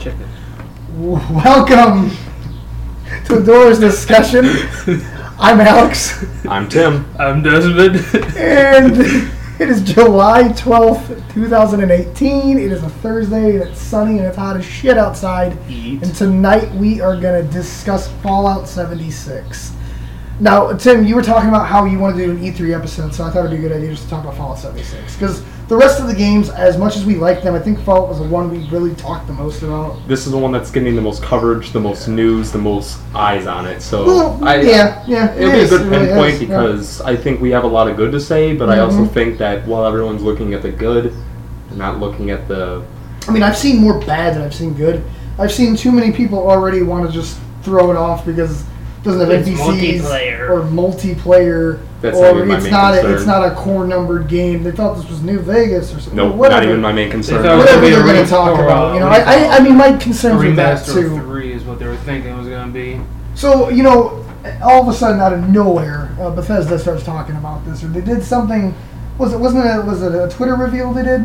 chicken. Welcome to Doors Discussion. I'm Alex, I'm Tim. I'm Desmond. and it is July 12th, 2018. It is a Thursday, and it's sunny, and it's hot as shit outside. Eat. And tonight we are going to discuss Fallout 76. Now, Tim, you were talking about how you want to do an E3 episode, so I thought it'd be a good idea just to talk about Fallout 76. Because the rest of the games, as much as we like them, I think Fallout was the one we really talked the most about. This is the one that's getting the most coverage, the most news, the most eyes on it. So Well, I, yeah, yeah. it'll it be is, a it good really pinpoint is, yeah. Mm-hmm. because I think we have a lot of good to say, but I also think that while everyone's looking at the good, they're not looking at the I mean, I've seen more bad than I've seen good. I've seen too many people already want to just throw it off because it doesn't It's have NPCs multiplayer. or multiplayer, That's not or even my it's main not a, concern. it's not a core numbered game. They thought this was New Vegas or something. nope, whatever. not even my main concern. They thought it was whatever gonna be they're a going to re- talk or, about. uh, You know, what do I, you call I, I it? mean, my A concerns with that remaster too. of three is what they were thinking it was gonna be. So you know, all of a sudden, out of nowhere, uh, Bethesda starts talking about this, or they did something. Was it wasn't it was it a Twitter reveal they did,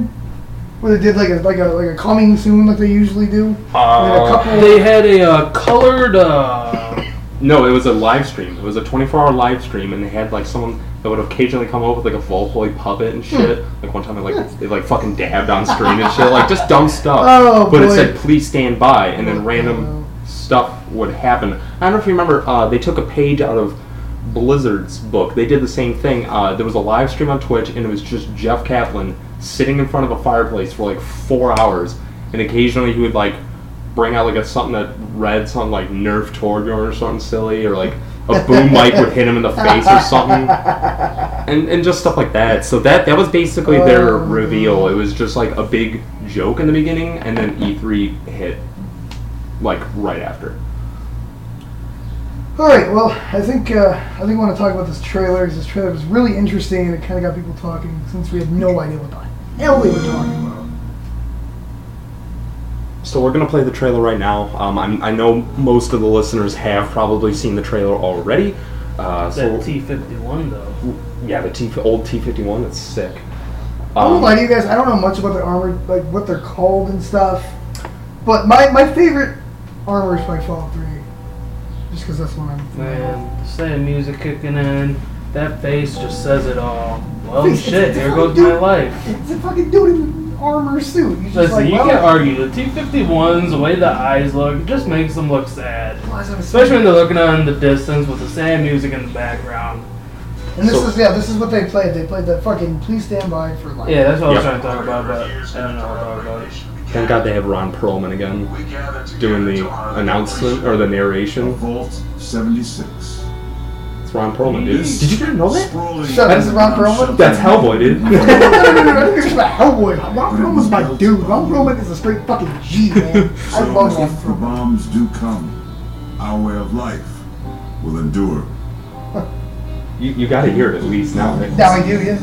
where they did like a like a like a coming soon like they usually do. And Uh, then a couple- They had a uh, colored. Uh, No, it was a live stream. It was a 24-hour live stream, and they had like someone that would occasionally come up with like a Volpoy puppet Hmm. and shit. Like one time, they like they like fucking dabbed on screen and shit, like just dumb stuff. Oh, but it boy. said please stand by, and then random Oh. stuff would happen. I don't know if you remember. Uh, they took a page out of Blizzard's book. They did the same thing. Uh, there was a live stream on Twitch, and it was just Jeff Kaplan sitting in front of a fireplace for like four hours, and occasionally he would like bring out like a something that read something like Nerf Torgon or something silly, or like a boom mic would hit him in the face or something, and and just stuff like that. So that that was basically their Oh. reveal. It was just like a big joke in the beginning, and then E3 hit like right after. All right. Well, I think uh, I think I want to talk about this trailer. 'cause This trailer was really interesting, and it kind of got people talking since we had no idea what the hell they were talking about. So we're gonna play the trailer right now. Um, I'm, I know most of the listeners have probably seen the trailer already. Uh, so that T fifty one though. yeah, the T old T fifty one. That's sick. I won't Um, lie to you guys. I don't know much about their armor, like what they're called and stuff. But my my favorite armor is by Fallout Three, just because that's one I'm. Man, say music kicking in. That face just says it all. Well, It's- shit. it's Here different, goes dude. my life. It's a fucking dude in an armor suit. He's just Listen, like, you well, can argue the T fifty ones, the way the eyes look, it just makes them look sad. why is it a suit? Especially when they're looking out in the distance with the sad music in the background. And this So- is yeah, this is what they played. They played that fucking please stand by for life. Yeah, that's what I Yep. was trying to talk about, but I don't know what to talk about. thank God they have Ron Perlman again doing the announcement or the narration. Vault 76. It's Ron Perlman, dude. Did you guys know that? So this is Ron Perlman? That's Hellboy, no, dude. no, no, no, no, no, this is about Hellboy. Ron Perlman's my dude. Ron Perlman is a straight fucking G, man. I So love Ron if the Perlman. bombs do come, our way of life will endure. you, you gotta hear it at least now. right? Now I do, yeah.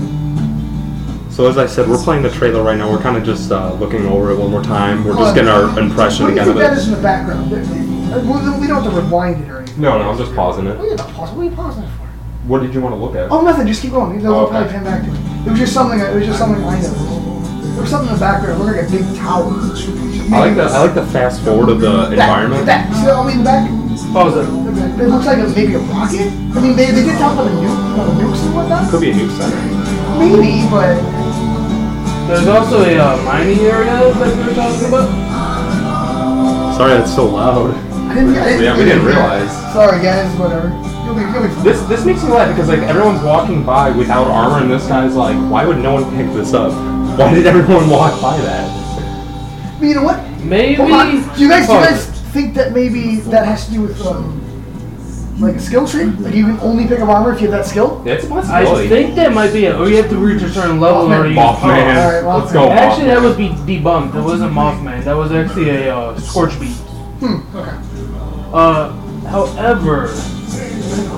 So as I said, we're playing the trailer right now. We're kind of just uh, looking over it one more time. We're just getting our impression What do you again think of that is it. in the background? We don't have to rewind it or anything. No, no, I'm just pausing it. What are you not pausing? What are you pausing it for? What did you want to look at? Oh, nothing. Just keep going. They'll Oh, okay. probably pan back to it. It was just something. It was just something I noticed. There was something in the background. It looked like a big tower. I like the I like the fast forward of the That- environment. That, so, I mean, back. Pause it. It looks like a, maybe a rocket. I mean, they, they did talk about the nuke, about the nukes and whatnot. Could be a new center. Maybe, but There's also a uh, mining area that we were talking about. Sorry, that's so loud. I didn't. I didn't Yeah, we didn't realize. Sorry, guys. Whatever. You'll be, you'll be fine. This this makes me laugh because like everyone's walking by without armor, and this guy's like, why would no one pick this up? Why did everyone walk by that? But you know what? Maybe. Hold on. Do you guys, do you Pause guys think that maybe that has to do with um, like a skill tree? Like you can only pick up armor if you have that skill. It's a I possibility. think that might be it. Or you have to reach a certain level in order to use Mothman. power. Alright, well, Let's go. Actually, Mothman. that would be debunked. That wasn't Mothman. That was actually a uh, Scorch Beat. Hmm. Okay. Uh, however,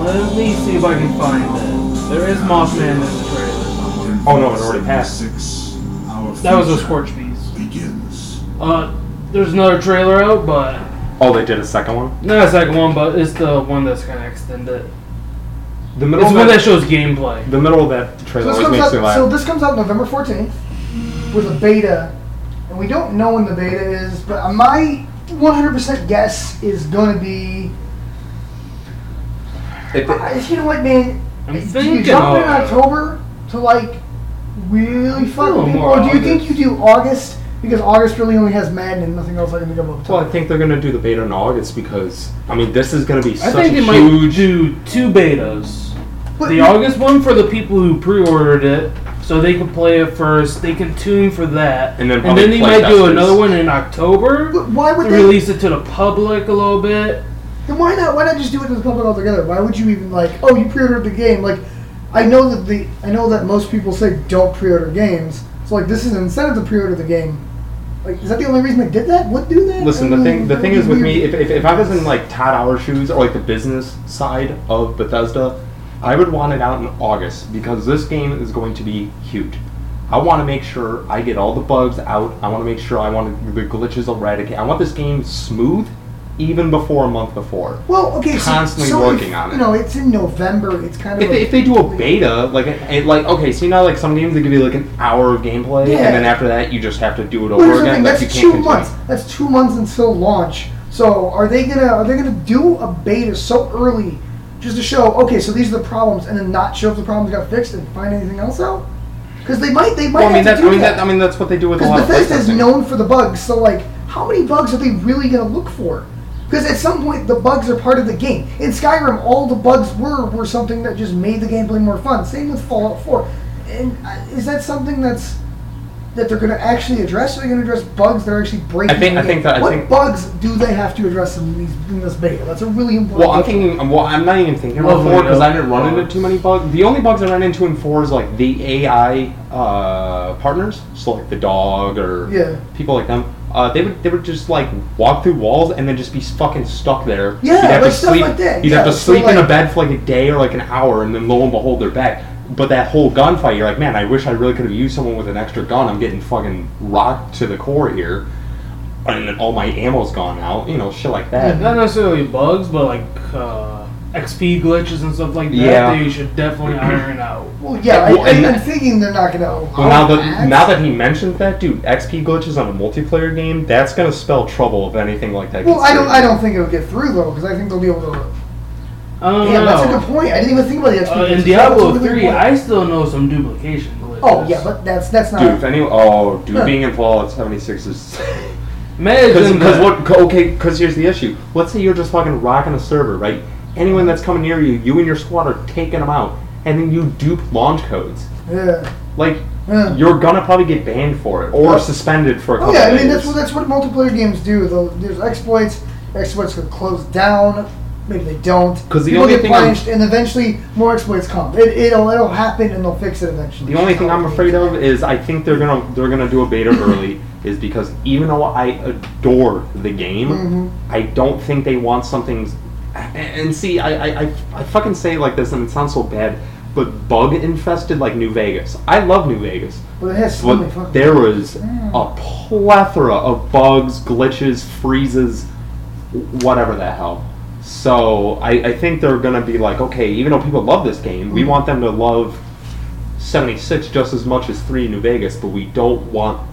let me see if I can find it. There is Mothman in the trailer. Oh, no, it already passed. Six, our That was a future Scorch Beat. Begins. Uh, there's another trailer out, but Oh, they did a second one. not a second one, but it's the one that's kind of extended. The middle. It's the one of that, that shows gameplay. the middle of that So trailer this, always comes makes me out, laugh. so this comes out November 14th with a beta, and we don't know when the beta is, but uh, my 100% guess is going to be. If I, it- you know what, man? I'm do you thinking jump Oh. in of- October to like really fuck feeling with people, more or do you think August. you do August because August really only has Madden and nothing else I can think of. off the top well, I of think they're gonna do the beta in August because I mean this is gonna be I such think a they might huge. do two betas. But- the August one for the people who pre-ordered it, so they can play it first. They can tune for that, And then and then probably they play might do testers. another one in October But why to would they? release it to the public a little bit. Then why not? Why not just do it to the public altogether? Why would you even like? Oh, you pre-ordered the game. Like, I know that the I know that most people say don't pre-order games. So like, this is an incentive to pre-order the game. Like, is that the only reason they did that? Would do that? Listen, I the mean, thing the that thing would is be with weird. me, if, if, if I was in like Todd Hour shoes or like the business side of Bethesda, I would want it out in August because this game is going to be huge. I want to make sure I get all the bugs out. I want to make sure I want the glitches eradicated. I want this game smooth even before a month before. Well, okay, so, constantly so working if, on it. You know, it's in November. It's kind of If a- they, if they do a beta, like it, like okay, so you know like some games they give you like an hour of gameplay, Yeah. and then after that you just have to do it Well, here's over the again. thing, Like that's you can't two continue. months. That's two months until launch. So are they gonna are they gonna do a beta so early just to show okay, so these are the problems, and then not show if the problems got fixed and find anything else out? Because they might they might Well, I mean have that's to do I mean that. that, I mean that's what they do with a lot Because of Bethesda is playtesting. known for the bugs, so like, how many bugs are they really gonna look for? Because at some point, the bugs are part of the game. In Skyrim, all the bugs were were something that just made the gameplay more fun. Same with Fallout 4. And uh, is that something that's that they're gonna actually address? Or are they gonna address bugs that are actually breaking? I think- the I game? think that- I what think- bugs do they have to address in these in this beta? That's a really important. Well, I'm question. thinking. Well, I'm not even thinking Oh, about Lovely, four because yeah. I didn't run into too many bugs. The only bugs I ran into in four is like the AI uh, partners, so like the dog or Yeah. people like them. Uh, they would they would just like walk through walls and then just be fucking stuck there. Yeah, you'd have like to stuff sleep. like that, You'd have yeah, to so sleep in like- a bed for like a day or like an hour, and then lo and behold, they're back. But that whole gunfight, you're like, man, I wish I really could have used someone with an extra gun. I'm getting fucking rocked to the core here, and then all my ammo's gone out. You know, shit like that. Not necessarily bugs, but like uh, XP glitches and stuff like that. Yeah. that you should definitely iron out. Well, yeah, I, Well, and- I, I'm thinking they're not gonna. Well, now that allow now that he mentioned that, dude, XP glitches on a multiplayer game, that's gonna spell trouble if anything like that. Well, gets I don't. through. I don't think it'll get through though, because I think they'll be able to. I don't Yeah, know. that's a good point. I didn't even think about the XP. Uh, in glitches. Diablo That's a really three, good point. I still know some duplication glitches. Oh yeah, but that's that's not. Dude, if any, oh, dude, Huh. being in Fallout 76 is imagine because that. what? Okay, because here's the issue. Let's say you're just fucking rocking a server, right? Anyone that's coming near you, you and your squad are taking them out, and then you dupe launch codes. yeah. Like, Yeah. you're gonna probably get banned for it or suspended for a Oh couple yeah, I days. mean that's what that's what multiplayer games do. Though there's exploits. Exploits could close down. Maybe they don't. 'Cause the People only get thing I'm- punished, and eventually more exploits come. It, it'll it'll happen, and they'll fix it eventually. The only thing I'm afraid of is I think they're gonna they're gonna do a beta early is because even though I adore the game, Mhm. I don't think they want something. And and see, I, I, I, I fucking say it like this, and it sounds so bad, but bug infested like New Vegas. I love New Vegas, But it has so many but Oh fucking. there was Mm. a plethora of bugs, glitches, freezes, whatever the hell. So I, I think they're gonna be like, okay, even though people love this game, Mm. we want them to love 76 just as much as three New Vegas, but we don't want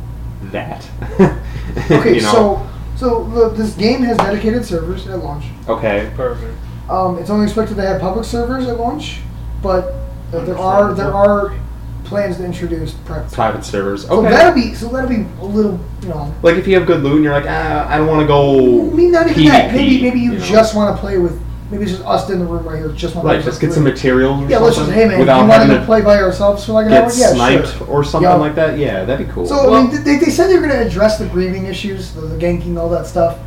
that. Okay, You know? so so the, this game has dedicated servers at launch. okay, Perfect. Um, it's only expected to have public servers at launch, but uh, there are there are plans to introduce private. private servers. So Okay, that'll be so that'll be a little you know. like if you have good loot and you're like, ah, I don't want to go. I mean, not even that. PvP, Maybe maybe you, know? just want to play with. Maybe it's just us in the room right here. Just want right, to just get some materials. or Yeah, let's just something hey man, you without want having to play by ourselves for like an get hour? Yeah, sniped sure. or something Yeah. like that. Yeah, that'd be cool. So I Well- mean, th- they, they said they were going to address the grieving issues, the, the ganking, all that stuff,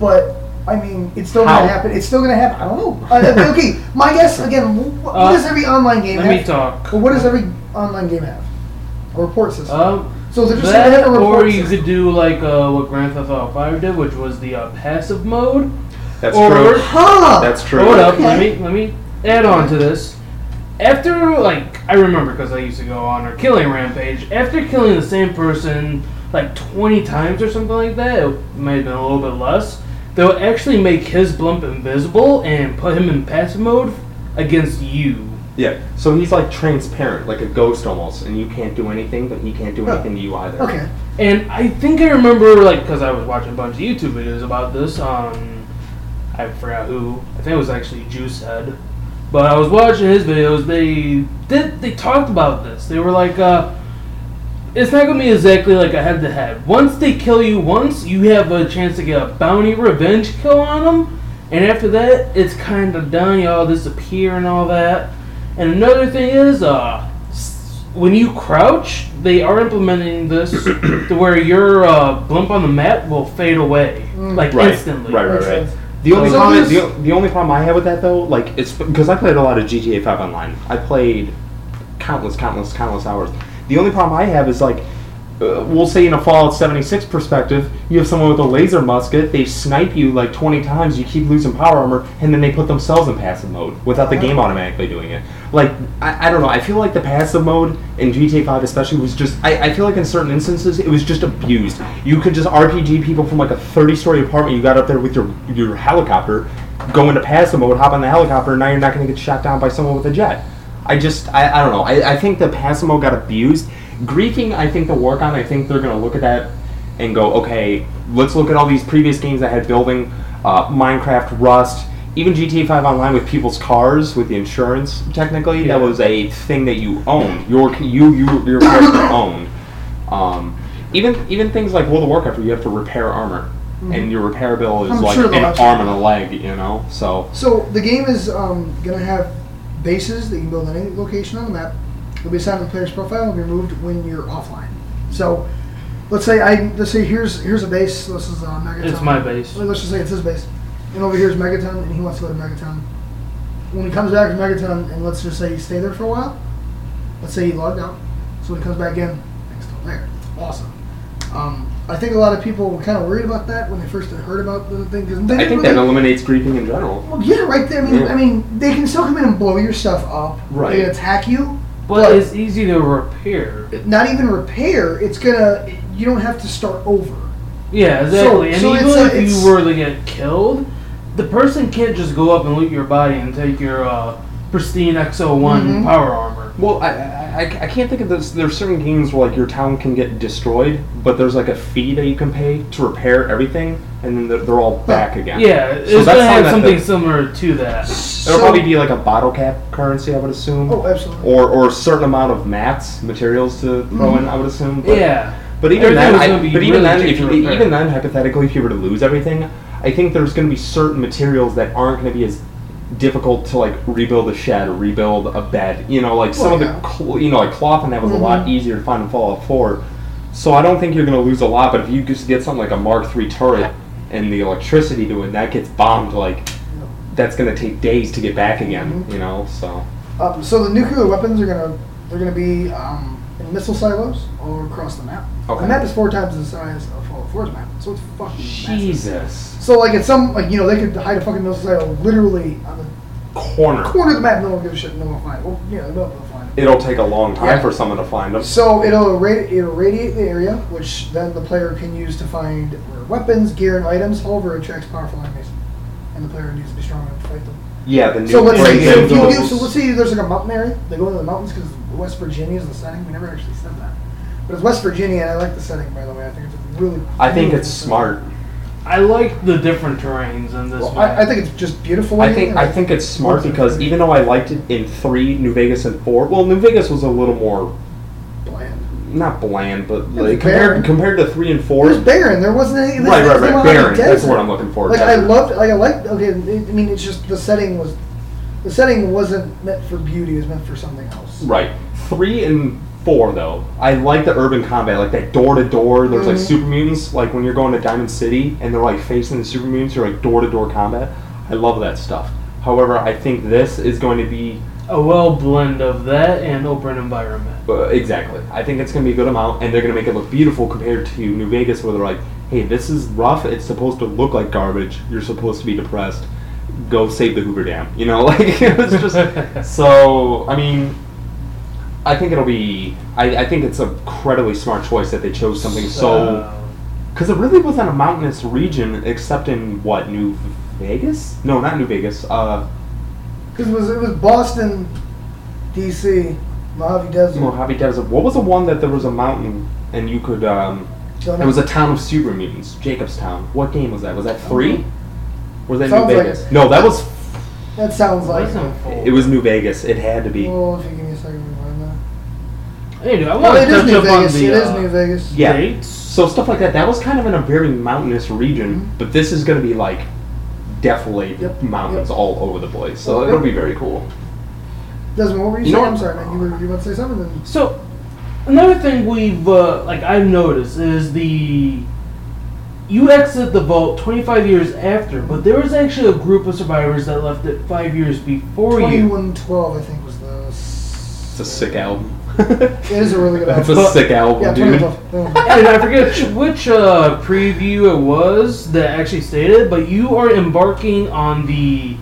but. I mean, it's still How? gonna happen. It's still gonna happen. I don't know. Uh, okay, my guess again. wh- What, Uh, does every online game Let have? me talk. Well, what does every online game have? A report system. Um, so they're just gonna that, have a or report you system. could do like uh, what Grand Theft Auto Five did, which was the uh, passive mode. that's or- true. Huh? That's true. Hold up, let Okay. me let me add on to this. After like I remember because I used to go on a killing rampage. After killing the same person like twenty times or something like that, it may have been a little bit less. They'll actually make his blimp invisible and put him in passive mode against you. Yeah. So he's like transparent, like a ghost almost, and you can't do anything, but he can't do Huh. anything to you either. Okay. And I think I remember, like, because I was watching a bunch of YouTube videos about this um, on, I forgot who. I think it was actually Juicehead, but I was watching his videos. They did. They talked about this. They were like, uh, "It's not gonna be exactly like a head-to-head. Once they kill you once, you have a chance to get a bounty revenge kill on them, and after that, it's kind of done. Y'all disappear and all that. And another thing is, uh, s- when you crouch, they are implementing this to where your uh, blimp on the map will fade away, like Right. instantly. Right, right, Makes right. sense. The only, So as long problem, as- the, the only problem I have with that though, like it's because I played a lot of GTA Five online. I played countless, countless, countless hours. The only problem I have is like, uh, we'll say in a Fallout seventy six perspective, you have someone with a laser musket. They snipe you like twenty times. You keep losing power armor, and then they put themselves in passive mode without the game automatically doing it. Like I, I don't know. I feel like the passive mode in GTA Five especially was just. I, I feel like in certain instances it was just abused. You could just RPG people from like a thirty story apartment. You got up there with your your helicopter, go into passive mode, hop on the helicopter, and now you're not going to get shot down by someone with a jet. I just, I, I don't know. I, I think the Passimo got abused. Greeking, I think they'll work on. I think they're going to look at that and go, okay, let's look at all these previous games that had building, uh, Minecraft, Rust, even GTA 5 Online with people's cars, with the insurance. Technically, Yeah. that was a thing that you owned. Your you you your character owned. Um, even even things like World of Warcraft, where you have to repair armor, and your repair bill is Mm-hmm. I'm like sure they'll an have- arm and a leg. You know, so So the game is um, gonna have bases that you can build on any location on the map. They'll be assigned to the player's profile and be removed when you're offline. So let's say I let's say here's here's a base. This is uh, Megaton. It's my base. Well, Let's just say it's his base. And over here is Megaton, and he wants to go to Megaton. When he comes back to Megaton, and let's just say he stay there for a while. Let's say he logged out. So when he comes back in, it's still there. Awesome. Um, I think a lot of people were kind of worried about that when they first heard about the thing. 'cause they I didn't think really- that eliminates greeting in general. well, yeah, right there. I mean, Yeah. I mean, they can still come in and blow your stuff up. Right. They can attack you. But it's easy to repair. Not even repair. It's gonna. You don't have to start over. Yeah, exactly. and so even it's a- if it's- you were to get killed, the person can't just go up and loot your body and take your uh, pristine XO1 Mhm. power armor. Well, I, I, I- I can't think of this. There's certain games where like your town can get destroyed, but there's like a fee that you can pay to repair everything, and then they're, they're all back again. Yeah, So it's that's gonna have not something that- similar to that. It'll probably be like a bottle cap currency, I would assume, Oh, absolutely. or or a certain amount of mats materials to throw in, I would assume. But, Mm-hmm. yeah, But even Everything then, was I, gonna be but even really then, cheap if to you, repair. even then, hypothetically, if you were to lose everything, I think there's going to be certain materials that aren't going to be as difficult to like rebuild a shed or rebuild a bed. You know, like some Well, of yeah. Mm-hmm. the cl- you know like cloth and that was a lot easier to find in Fallout Four. So I don't think you're going to lose a lot. But if you just get something like a Mark III turret and the electricity to it, that gets bombed. Like that's going to take days to get back again. Mm-hmm. You know, so Um, so the nuclear weapons are gonna. They're gonna be um, in missile silos all across the map. Okay. The map is four times the size of Fallout 4's map, so it's fucking massive. Jesus So like, at some like you know they could hide a fucking missile silo literally on the corner. corner of the map. No one gives a shit. No one will find it. Well, yeah, no one will find it. It'll take a long time Yeah. for someone to find them. So it'll, irradi- it'll radiate the area, which then the player can use to find rare weapons, gear, and items. However, it attracts powerful enemies, and the player needs to be strong enough to fight them. Yeah, the new So let's say brings in if you those- do, so let's say there's like a mountain area. They go into the mountains because West Virginia is the setting. We never actually said that, but it's West Virginia, and I like the setting by the way. I think it's a really. I think beautiful it's setting. smart. I like the different terrains in this. Well, one. I, I think it's just beautiful. I think I think it's smart because even though I liked it in three, New Vegas and four. Well, New Vegas was a little more bland. not bland, but was like, compared barren. compared to three and It four. was barren. There wasn't any. Right, there right, right. wasn't a lot of Barren. That's desert. what I'm looking for. Like I desert. loved, like I liked. Okay, I mean, it's just the setting was, the setting wasn't meant for beauty. It was meant for something else. Right. Three and four though. I like the urban combat, like that door to door. There's like Mhm. super mutants, like when you're going to Diamond City and they're like facing the super mutants, you're like door to door combat. I love that stuff. However, I think this is going to be a well blend of that and open environment. Uh, exactly. I think it's going to be a good amount, and they're going to make it look beautiful compared to New Vegas, where they're like, "Hey, this is rough. It's supposed to look like garbage. You're supposed to be depressed. Go save the Hoover Dam." You know, like it was just so. I mean, I think it'll be. I, I think it's a incredibly smart choice that they chose something so because it really wasn't a mountainous region except in what New Vegas? No, not New Vegas. Uh, Because it was it was Boston, D.C., Mojave Desert. Mojave Desert. What was the one that there was a mountain and you could um, So It was a town of super mutants, Jacobstown. What game was that? Was that three? Or was that Sounds New like Vegas? it. no, that was. that sounds Well, like. that's not full. It was New Vegas. It had to be. Well, if you give me a second, we find that. Anyway, I Well, want to it is touch New up Vegas. on the it is uh, New Vegas. Yeah. dates. So stuff like that. That was kind of in a very mountainous region, but this is going to be like definitely Mm-hmm. Yep, mountains yep. all over the place. So it'll be very cool. Desmond, what were you, You know saying? what- I'm sorry, man. You were you were about to say something? Then. So another thing we've uh, like I've noticed is the you exit the vault 25 years after, but there was actually a group of survivors that left it five years before you. 2112, I think, was the. It's It's a sick album. it It is a really good That's album. a sick album, Yeah, dude. 2012. Yeah. and I forget which, which uh, preview it was that actually stated, but you are embarking on the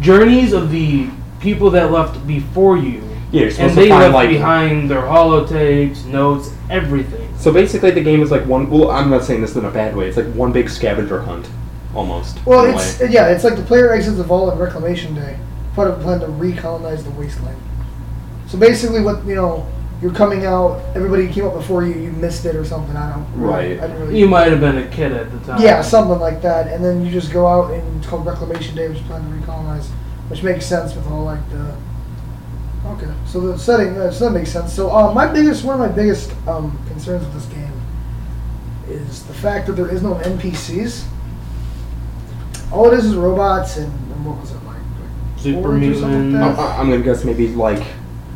journeys of the people that left before you. Yeah, you're supposed And to they find, left like- behind their holotapes, notes, everything. So basically, the game is like one. Well, I'm not saying this in a bad way. It's like one big scavenger hunt, almost. Well, in a it's way. yeah, it's like the player exits the vault on Reclamation Day, part of a plan to recolonize the wasteland. So basically, what you know, you're coming out. Everybody came up before you. You missed it or something. I don't. Right. I didn't really. You might have been a kid at the time. Yeah, something like that. And then you just go out and it's called Reclamation Day, which is planned to recolonize, which makes sense with all like the. Okay, so the setting, uh, so that makes sense. So um, my biggest, one of my biggest um, concerns with this game is the fact that there is no NPCs. All it is is robots and, and what was it like? like Super swords or something mutant. like I'm, that? I'm gonna guess maybe like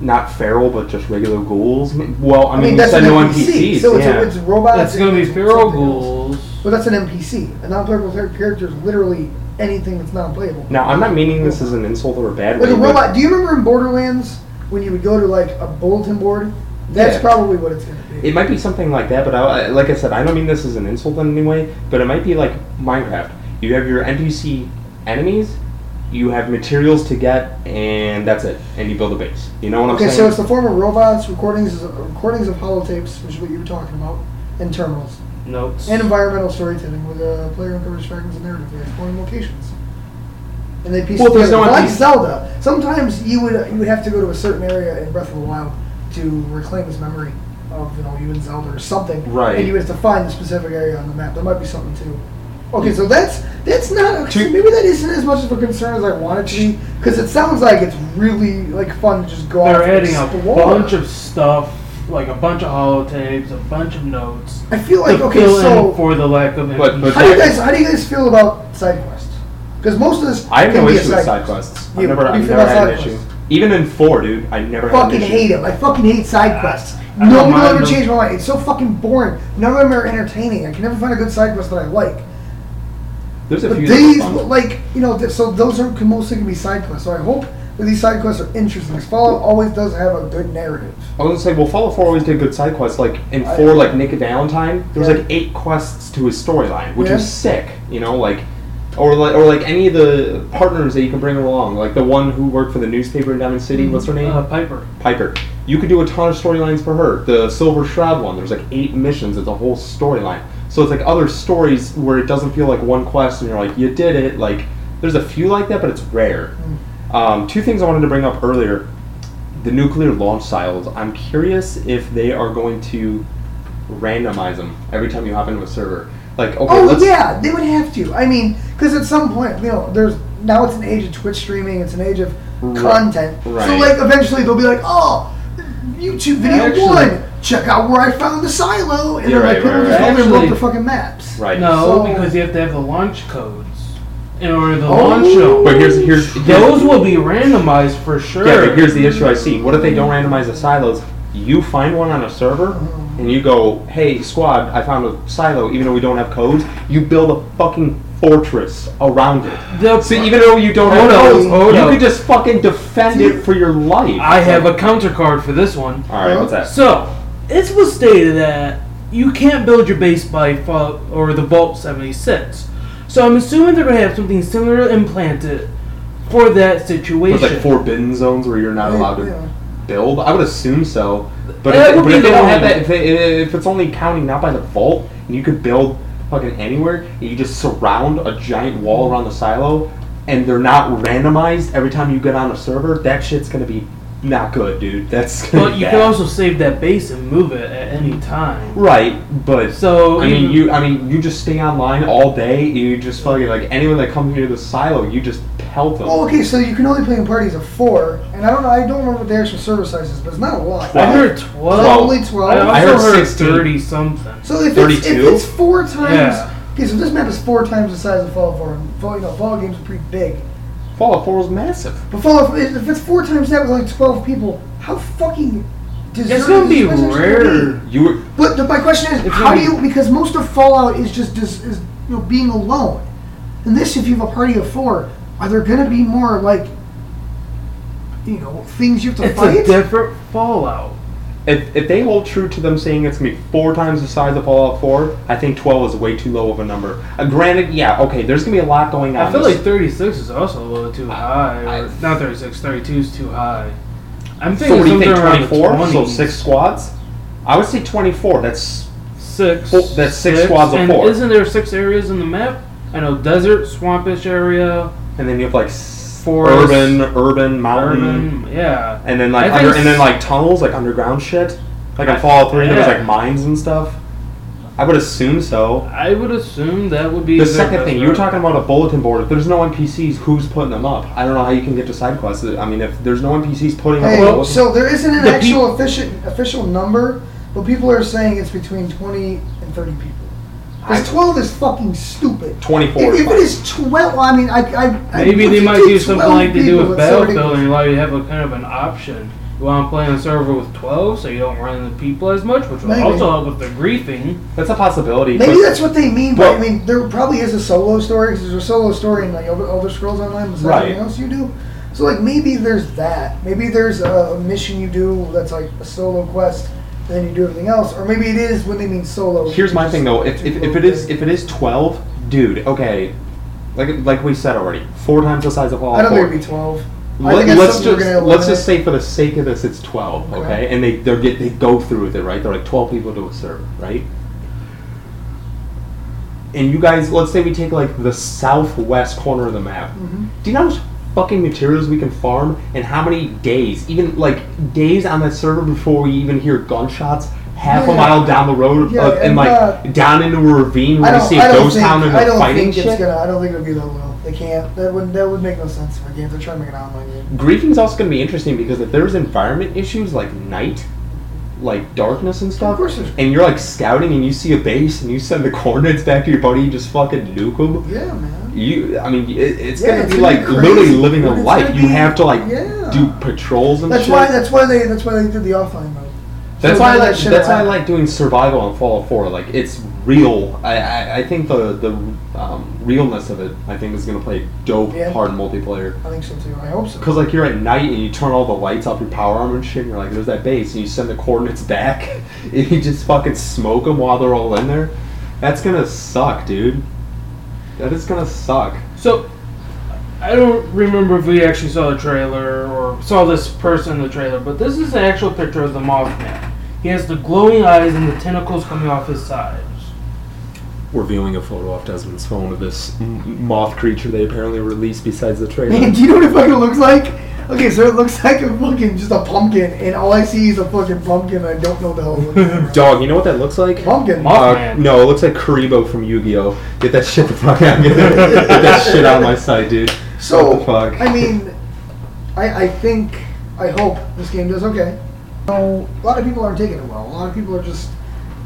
not feral, but just regular ghouls. Well, I mean, you that's said an no NPC, NPCs. So it's, yeah. it's robots. That's gonna and be it's feral something else. ghouls. But that's an NPC. A non-playable character is literally anything that's non-playable. Now, I'm not meaning this as an insult or a bad Like way. a but- robot. Do you remember in Borderlands when you would go to like a bulletin board? That's Yeah. probably what it's gonna be. It might be something like that, but I, I- like I said, I don't mean this as an insult in any way, but it might be like Minecraft. You have your NPC enemies, you have materials to get, and that's it. And you build a base. You know what I'm okay, so saying? it's the form of robots, recordings, recordings of holotapes, which is what you were talking about, and terminals, Notes. and environmental storytelling, where the player uncovers fragments of narrative by exploring locations. And they piece Well, it there's together. no like NPC. Zelda. Sometimes you would you would have to go to a certain area in Breath of the Wild to reclaim this memory of you know you and Zelda or something. Right. And you would have to find the specific area on the map. There might be something too. Okay, so that's that's not To- maybe that isn't as much of a concern as I want it to be because it sounds like it's really like fun to just go out They're and adding a explore. bunch of stuff, like a bunch of holotapes, a bunch of notes. I feel like to okay, fill in so for the lack of But- NPC. but how do you guys how do you guys feel about side quests? Because most of this I have can no be a issue with side side quest. quests. You- I've never, you I've feel never about had side an issue. quests? Even in four, dude, I never had fucking an issue. hate them. I fucking hate side quests. I No don't one will mind them. ever change my mind. It's so fucking boring. None of them are entertaining. I can never find a good side quest that I like. There's a But few. these, that were fun. like, you know, th- so those are can mostly gonna be side quests. So I hope that these side quests are interesting. 'cause Fallout always does have a good narrative. I was gonna say, well, Fallout 4 always did good side quests. Like in I- four, like Nick Valentine, there was Right. like eight quests to his storyline, which Yeah. was sick. You know, like or like or like any of the partners that you can bring along, like the one who worked for the newspaper in Diamond Mm-hmm. City. What's her name? uh, Piper. Piper. You could do a ton of storylines for her. The Silver Shroud one, there's like eight missions. It's a whole storyline. So it's like other stories where it doesn't feel like one quest and you're like, you did it. Like, there's a few like that, but it's rare. Hmm. Um, two things I wanted to bring up earlier the nuclear launch silos. I'm curious if they are going to randomize them every time you hop into a server. Like, okay, Oh let's. yeah, they would have to. I mean, because at some point, you know, there's now it's an age of Twitch streaming. It's an age of Right. content. So Right. like, eventually they'll be like, oh, YouTube video Actually- one, check out where I found the silo, and they're Yeah, like, right, people right, just right. over and broke Actually- the fucking maps. Right. No, So- because you have to have the launch codes in order to Oh. launch them. But here's here's Those will be randomized for sure. Yeah, but here's the issue I see. What if they don't randomize the silos? You find one on a server, and you go, "Hey, squad, I found a silo." Even though we don't have codes, you build a fucking fortress around it. The- So even though you don't have Hold up, codes, hold you up. could just fucking defend it for your life. I have a counter card for this one. All right, what's that? So, it was stated that you can't build your base by Fallout or the Vault 76. So I'm assuming they're gonna have something similar implanted for that With situation. like forbidden zones where you're not allowed to Yeah. build. I would assume so. But That if, would but be if they the don't have only- that, if, they, if it's only counting not by the vault, and you could build fucking anywhere, and you just surround a giant wall around the silo, and they're not randomized every time you get on a server, that shit's gonna be not good, dude. That's gonna But be you bad. can also save that base and move it at any time. right, but So I mean, even- you I mean you just stay online all day. You just fucking like anyone that comes near the silo, you just pelt them. Oh, okay, so you can only play in parties of four, and I don't know, I don't remember what the actual server size is, but it's not a lot. I Well, heard twelve. Probably I also twelve. I heard heard, 16. thirty something. So if it's, if 32? it's four times, Yeah. okay, so this map is four times the size of Fallout 4. And Fallout, you know, Fallout games are pretty big. Fallout 4 was massive. But Fallout, if if it's four times that with only twelve people, how fucking deserted It's gonna is be this place gonna be? rare. You were But the, my question is, It's how gonna do you? Because most of Fallout is just dis, is you know being alone. And this, if you have a party of four, are there gonna be more like you know things you have to It's fight? a different Fallout. if, if they hold true to them saying it's gonna be four times the size of Fallout 4, I think 12 is way too low of a number. Uh, granted, yeah, okay, there's gonna be a lot going on. I feel This- like 36 is also a little too high. Or, I- not 36, 32 is too high. I'm so thinking what do you something think, around 24? the So 20s. six squads? I would say 24. That's six. Well, that's six squads of and four. Isn't there six areas in the map? I know desert, swampish area, and then you have like s- Forest. urban, urban, mountain, urban. Yeah. and then like I think under, and then s- like tunnels, like underground shit. Like in Fallout 3, there was Yeah. like mines and stuff. I would assume so. I would assume that would be The their second best thing, you were route. talking about a bulletin board. If there's no NPCs, who's putting them up? I don't know how you can get to side quests. I mean, if there's no NPCs putting Hey, up, a bulletin- so there isn't an the actual official official number, but people are saying it's between twenty and thirty people. I- Because twelve is fucking stupid. 24. If, if it is twelve, I mean, I, I I- Maybe if they you might take do something 12 like they do people, with it's so Battlefield ridiculous. and allow you to have a kind of an option. You want to play on a server with 12 so you don't run into people as much, which will Maybe. also help with the griefing. that's a possibility. Maybe but- that's what they mean. Well- by I mean, there probably is a solo story because there's a solo story in like Elder, Elder Scrolls Online. Besides Right. Anything else you do? So like maybe there's that. Maybe there's a, a mission you do that's like a solo quest, and then you do everything else. Or maybe it is when they mean solo. Here's you my just thing though. If, do if, your if own it is thing. if it is 12, dude, okay, like like we said already, four times the size of all. I don't think it'd be twelve. I Let, think that's us something we're just gonna let's eliminate. just say for the sake of this, it's 12, okay? Okay. And they they get they go through with it, right? They're like 12 people to a server, right? And you guys, let's say we take like the southwest corner of the map. Mhm. Do you know how much fucking materials we can farm and how many days, even like days on that server before we even hear gunshots half Yeah. a mile down the road Yeah, uh, and, and, like uh, down into a ravine I where we don't. see I a don't ghost think. town and I they're don't fighting think it's shit? gonna. I don't think it'll be that low. They can't. That would. That would make no sense for a game. They're trying to make an online game. Griefing's also going to be interesting because if there's environment issues like night, like darkness and stuff, Of course there's- and you're like scouting and you see a base and you send the coordinates back to your buddy and just fucking nuke them, Yeah, man. you, I mean, it, it's Yeah, going it's to be gonna like be literally crazy, living but a it's life. gonna You be- have to like yeah. do patrols and That's shit. why. That's why they. That's why they did the offline mode. That's So why I none of like. that shit That's why I allowed. like doing survival on Fallout 4. Like it's real. I I, I think the the um, realness of it. I think is gonna play dope Yeah. hard multiplayer. I think so too. I hope so. Cause like you're at night and you turn all the lights off your power armor and shit. And you're like, there's that base, and you send the coordinates back. and you just fucking smoke them while they're all in there. That's gonna suck, dude. That is gonna suck. So, I don't remember if we actually saw the trailer or saw this person in the trailer, but this is an actual picture of the Mothman. He has the glowing eyes and the tentacles coming off his sides. We're viewing a photo off Desmond's phone of this m- moth creature they apparently released besides the Man, trailer. do you know what it fucking looks like? Okay, so it looks like a fucking just a pumpkin, and all I see is a fucking pumpkin. I don't know the hell. it looks like. Dog, you know what that looks like? pumpkin. Moth- Uh, Mothman. no, it looks like Karibo from Yu-Gi-Oh. Get that shit the fuck out! Get that, get that shit out of my sight, dude. So what the fuck? I mean, I I think I hope this game does okay. So, a lot of people aren't taking it well. A lot of people are just.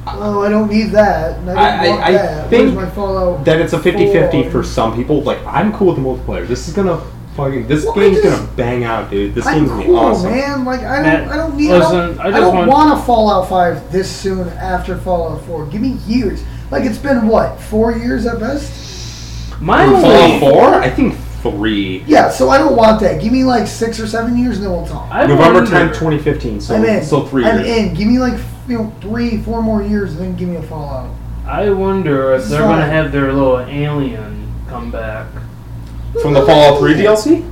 Oh, I don't need that. And I I- don't want I- I that. think Where's my Fallout? that it's a 50-50 four? for some people. Like I'm cool with the multiplayer. This is gonna fucking this Well, I game's just- gonna bang out, dude. This I'm game's gonna be cool, awesome. man. Like I don't, Matt, I don't need. I listen, don't, I I just don't want- want to Fallout Five this soon after Fallout Four. Give me years. Like it's been what four years at best. My For Fallout only, Four, I think three. Yeah, so I don't want that. Give me like six or seven years, and then we'll talk. I November wonder- 10th, 2015. So I'm in. so 3 I'm years. in. Give me like you know three, four more years, and then give me a Fallout. I wonder if It's they're gonna fine. have their little alien come back. From the Fallout 3 DLC.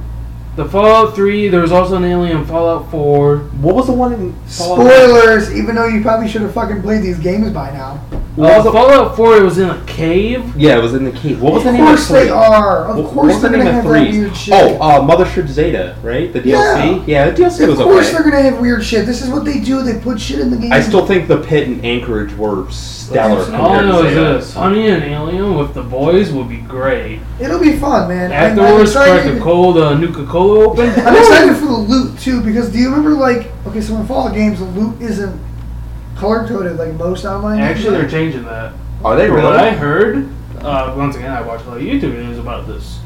The Fallout 3, there was also an alien Fallout 4. What was the one in Fallout? Spoilers. Even though you probably should have fucking played these games by now. Uh, What was the- Fallout 4 it was in a cave. yeah, it was in the cave. What was the Of name of course three? they are. Of What- what course was the they're gonna name have of that threes? weird shit. Oh, uh, Mothership Zeta, right? The DLC. Yeah, the DLC Of was course okay. they're gonna have weird shit. This is what they do. They put shit in the game. I still think the pit and Anchorage were stellar. All All I compared to know is Zeta. this: Honey and Alien with the boys would be great. It'll be fun, man. I'm- I'm Afterwards, crack excited. a cold uh, Nuka Cola open. I'm excited for the loot too because do you remember like okay, so in Fallout games the loot isn't color coded like most online. games Actually, are. they're changing that. Are they From really? what I heard, uh, once again, I watched a lot of YouTube videos about this.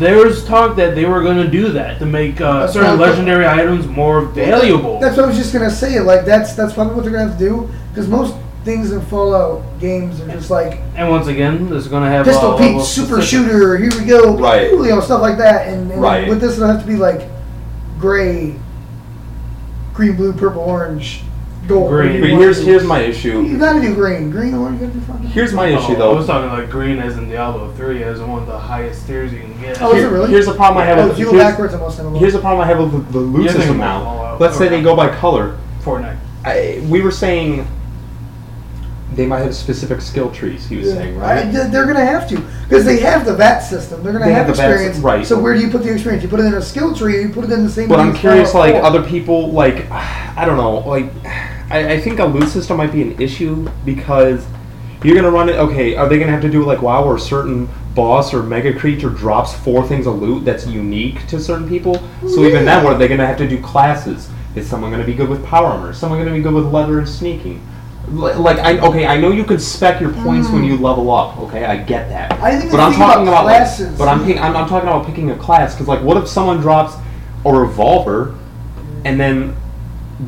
There was talk that they were going to do that to make uh, That's certain what I'm- legendary items more valuable. That's what I was just gonna say. Like that's that's probably what they're gonna have to do because most things in Fallout games are just like And once again, this is going to have pistol uh, Pete, level super specific- shooter. Here we go, Right. You know stuff like that. And, and Right. with this, it'll have to be like gray, green, blue, purple, orange, gold. Green. whatever But you want here's to do. here's my issue. You gotta do green, green, orange, gotta be fucking. Here's my Oh, issue I was though. talking like green as in Diablo 3 as one of the highest tiers you can get. Oh, is Here- it really? Here's the problem I have Oh, with if you go here's- backwards, I must have a Here's the problem I have with the, the loot Yeah, they system were now. all Let's say out. they go by color. Fortnite. I, we were saying they might have specific skill trees. He was saying, right? I- they're gonna have to because they have the VAT system. They're gonna They have have the VAT experience, system, right. So where do you put the experience? You put it in a skill tree. Or you put it in the same. But thing I'm as curious, Fallout like 4? other people, like I don't know, like I, I think a loot system might be an issue because you're gonna run it. Okay, are they gonna have to do like WoW where a certain boss or mega creature drops four things of loot that's unique to certain people? So even then, what are they gonna have to do? Classes? Is someone gonna be good with power armor? Is someone gonna be good with leather and sneaking? Li- Like I okay, I know you can spec your points when you level up. Okay, I get that. I think but the I'm thing about talking about, like- classes- but I'm pick- I'm, I'm talking about picking a class because like, what if someone drops a revolver, and then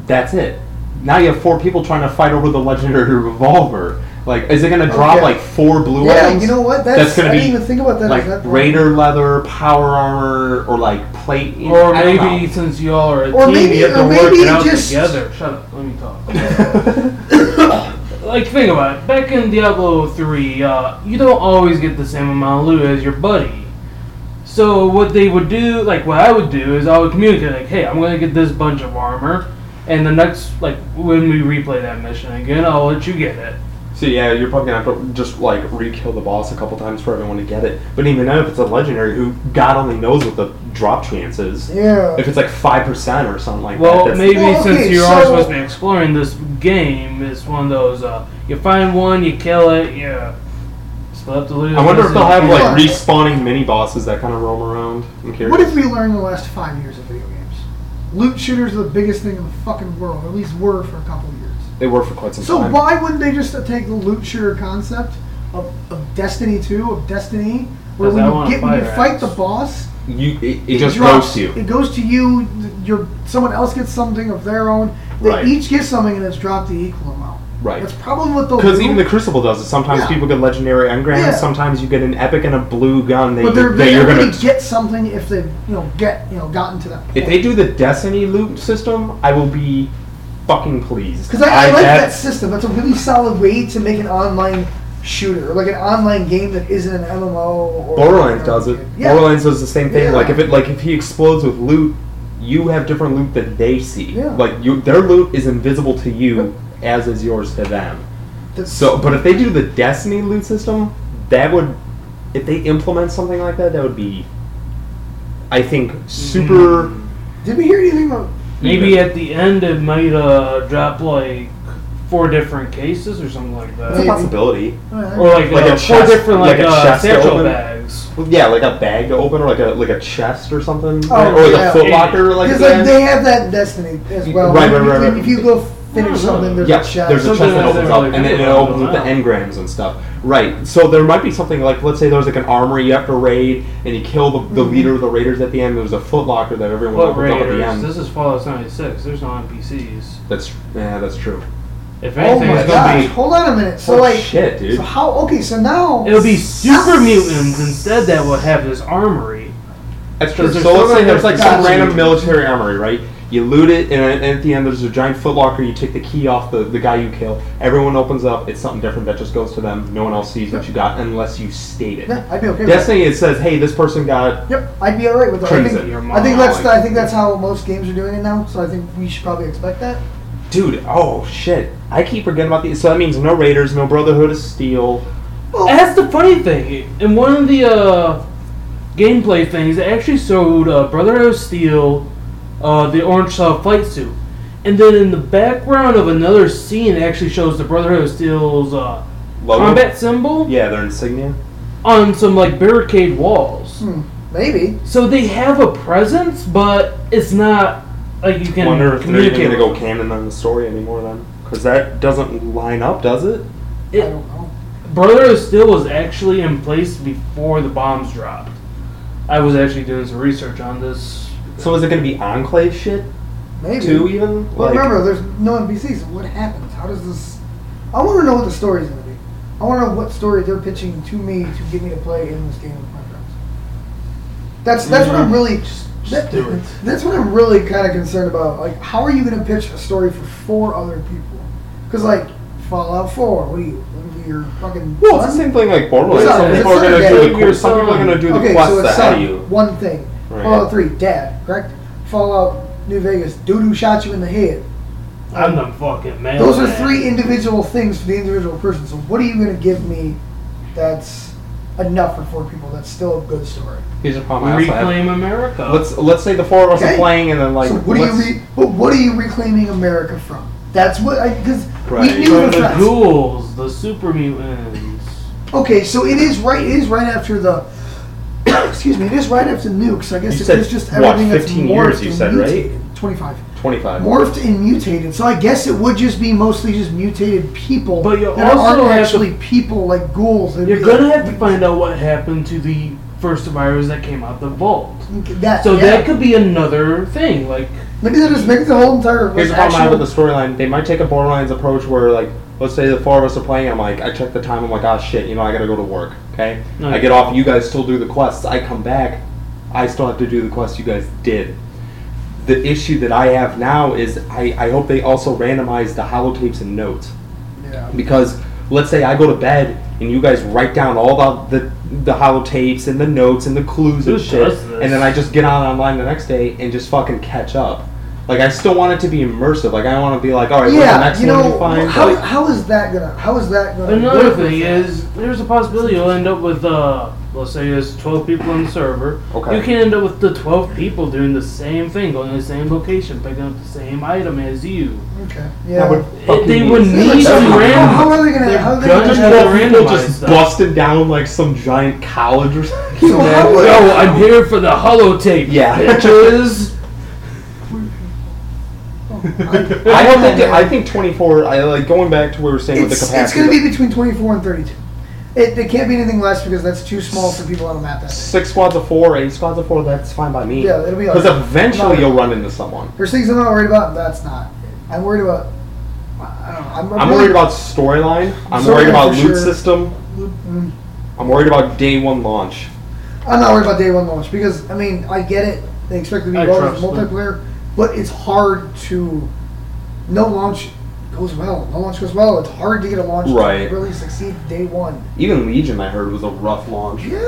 that's it? Now you have four people trying to fight over the legendary revolver. Like, is it gonna drop Okay. like four blue Oh, Yeah, items? you know what? That's, That's gonna I be didn't even think about that. as like that point. raider leather, power armor, or like plate, Or I don't maybe know. since y'all are a Or team, maybe- you have to or work maybe it out just- together. Shut up. Let me talk. like, think about it. Back in Diablo 3, uh, you don't always get the same amount of loot as your buddy. So what they would do, like what I would do, is I would communicate, like, hey, I'm gonna get this bunch of armor, and the next, like, when we replay that mission again, I'll let you get it. So yeah, you're probably gonna have to just like re-kill the boss a couple times for everyone to get it. But even then, if it's a legendary, who God only knows what the drop chance is. Yeah. If it's like five percent or something like Well, that. that's- maybe Well, since okay, you're all so- supposed to be exploring this game, it's one of those uh, you find one, you kill it, you split up the loot. I wonder if they'll have Yeah. like respawning mini bosses that kind of roam around. I'm curious. What have we learned in the last five years of video games? Loot shooters are the biggest thing in the fucking world. At least were for a couple years. they were for quite some So time. why wouldn't they just take the loot shooter concept of, of Destiny 2, of Destiny, where 'Cause when I you wanna get when you fire fight axe. the boss, You, it, it, it just drops- roasts you. It goes to you. th- Your someone else gets something of their own. They Right. each get something, and it's dropped the equal amount. Right. That's probably what they'll Because do. even the Crucible does it. Sometimes Yeah. people get legendary engrams. Yeah. Sometimes you get an epic and a blue gun that, but you, they're, that they're you're going gonna. to get something if they you know get you know gotten to that. if they do the Destiny loot system, I will be fucking pleased. Because I, I like that that's- system. That's a really solid way to make an online shooter, like an online game that isn't an MMO. Or Borderlands does it. Yeah. Borderlands does the same thing. Yeah. Like if it like if he explodes with loot, you have different loot than they see. Yeah. Like you, their loot is invisible to you, as is yours to them. That's- So, but if they do the Destiny loot system, that would, if they implement something like that, that would be, I think, super. Mm-hmm. did we hear anything about? Maybe at the end it might uh, drop like four different cases or something like It's a that, Maybe. possibility. oh, or like, Like uh, a four chest- different like, like a uh, chest to satchel open? bags. Well, Yeah, like a bag to open, or like a like a chest or something, Oh, right? or like yeah. a Foot Locker, like, Because at like the end. they have that in Destiny as well. Right, If right, you- right, right. If you go finish something, there's yeah, a chest. there's a chest Something that that's opens not up, really and it, it visible opens with the now. engrams and stuff. Right. So there might be something like, let's say there's like an armory you have to raid, and you kill the, Mm-hmm. the leader of the raiders at the end. There's a Foot Locker that everyone But opens up at the Raiders, end. this is Fallout 76. There's no NPCs. That's yeah, that's true. If Oh anything, my it's gonna gosh! be Hold on a minute. So Oh, like, shit, dude. so how? Okay, so now it'll be super mutants instead that will have this armory. That's true. 'Cause there's So let's still say there's like some gotcha. random military armory, right? You loot it, and at- at the end there's a giant footlocker. You take the key off the, the guy you kill. Everyone opens up. It's something different that just goes to them. No one else sees what you got unless you state it. Yeah, I'd be okay. with that. Destiny, it says, hey, this person got. Yep, I'd be alright with that. I Crimson, think, your I think mom, that's like- I think that's how most games are doing it now. So I think we should probably expect that. Dude, oh shit. I keep forgetting about these. So that means no Raiders, no Brotherhood of Steel. Oh, That's the funny thing. In one of the uh, gameplay things, they actually showed uh, Brotherhood of Steel, uh, the orange uh, flight suit. And then in the background of another scene, it actually shows the Brotherhood of Steel's uh, Logo? combat symbol Yeah, their insignia. on some like barricade walls. Hmm, maybe. So they have a presence, but it's not like you can Wonder if they're even communicate. gonna with go them. canon on the story anymore then, because that doesn't line up, does it? It- I don't know. Brotherhood of Steel was actually in place before the bombs dropped. I was actually doing some research on this. So is it gonna be Enclave shit Maybe. too? Even Well, Like- remember, there's no NPCs. What happens? How does this? I want to know what the story's going to be. I want to know what story they're pitching to me to get me to play in this game of Minecraft. That's that's what Mm-hmm. I'm Mhm. really. just do it. That's what I'm really kind of concerned about. Like, how are you going to pitch a story for four other people? Because like Fallout Four, what are you? What are you, your fucking. Well, it's the son? same thing like Borderlands. It's not- some it's people are not a gonna game. do the You're quest. Some people are selling- gonna do the okay, quests so it's that out of son, you. one thing. Right. Fallout Three, Dad, correct? Fallout New Vegas, Doodoo shot you in the head. I'm the fucking man. Those are three individual things for the individual person. So what are you going to give me that's enough for four people? That's still a good story. Here's a problem. I also have. Reclaim America. Let's let's say the four of us Okay. are playing, and then like so what are you let's- re- but what are you reclaiming America from? That's what I because Right. we knew From the the threats. ghouls, the super mutants. Okay, so it is right. It is right after the. excuse me. It is right after nukes. So I guess You it said, is just what, everything that's 15 morphed years, you and said, right? mutated. Twenty-five. 25. Morphed and mutated, so I guess it would just be mostly just mutated people But you that also aren't have to- actually people like ghouls. It'd You're be gonna like- have to find out what happened to the first survivors that came out the vault. that. So yeah. that could be another thing. Like, Maybe they just make the whole entire Here's was the problem I have actual. with the storyline. They might take a Borderlands approach where, like, let's say the four of us are playing. I'm like, I check the time. I'm like, ah, shit, you know, I gotta go to work. Okay, No, I you get don't. off. You guys still do the quests. I come back. I still have to do the quests you guys did. The issue that I have now is I, I hope they also randomize the holotapes and notes yeah. because let's say I go to bed and you guys write down all the the, the holotapes and the notes and the clues Who and shit, does this? and then I just get on online the next day and just fucking catch up. Like I still want it to be immersive. Like I want to be like, all right, what's the yeah, next you one know, we find? how, Like, how is that gonna? How is that gonna? another work with thing that? is, there's a possibility you'll end up with, uh, let's say there's 12 people on the server. Okay. You can end up with the 12 people doing the same thing, going to the same location, picking up the same item as you. Okay. that Yeah. would It, fucking they be would insane. need How- some How random. are they gonna? They're How are they gonna gonna? have have- to People just randomized stuff. busted down like some giant college or something. So how would- Yo, I'm here for the holotape. Yeah. bitches. I don't think. I think 24. I like going back to what we were saying with It's, the it's capacity. gonna be between twenty-four and thirty-two. It, it can't be anything less because that's too small for people on the map. That big. six squads of four, eight squads of four. That's fine by me. Yeah, it'll be because alright. eventually you'll run into someone. There's things I'm not worried about. and That's not. I'm worried about. I don't know. I'm, I'm really- worried about storyline. I'm Storyline worried about for sure. loot system. Mm. I'm worried about day one launch. I'm not worried about day one launch because I mean I get it. They expect it to be I well as trust them. multiplayer, but it's hard to. No launch goes well. No launch goes well. It's hard to get a launch Right. to really succeed day one. Even Legion, I heard, was a rough launch. Yeah,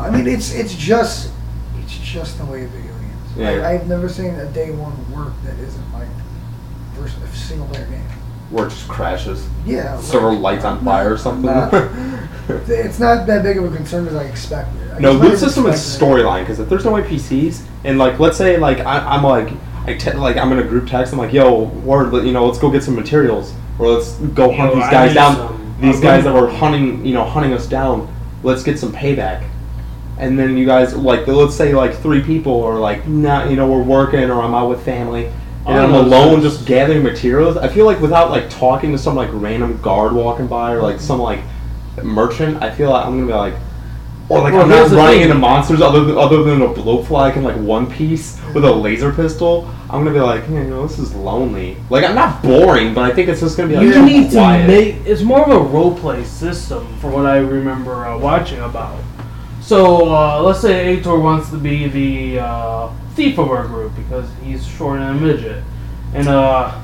I mean it's it's just it's just the way of video games. Yeah. Like, I've never seen a day one work that isn't like first a single player game. Where it just crashes. Yeah. like, Server lights on fire or something. Nah. It's not that big of a concern as I expected. I no, just loot wasn't system is expecting it. storyline. Because if there's no NPCs, and like, let's say, like, I, I'm like, I te- like, I'm in a group text. I'm like, yo, word, let- you know, let's go get some materials, or let's go hunt Yo, these I guys need down. some- These I'm guys that gonna- were hunting, you know, hunting us down. Let's get some payback. and then you guys like let's say like three people are like not you know we're working or I'm out with family and I'm Oh, no. alone just gathering materials. I feel like without like talking to some like random guard walking by or like some like merchant, I feel like I'm gonna be like. Or like Well, I'm here's not the running thing. into monsters other than, other than a blowfly in like one piece with a laser pistol. I'm gonna be like, you know, this is lonely. Like I'm not boring, but I think it's just gonna be like You need quiet. to make. It's more of a role play system, from what I remember uh, watching about. So uh, let's say Aitor wants to be the uh, thief of our group because he's short and a midget, and uh,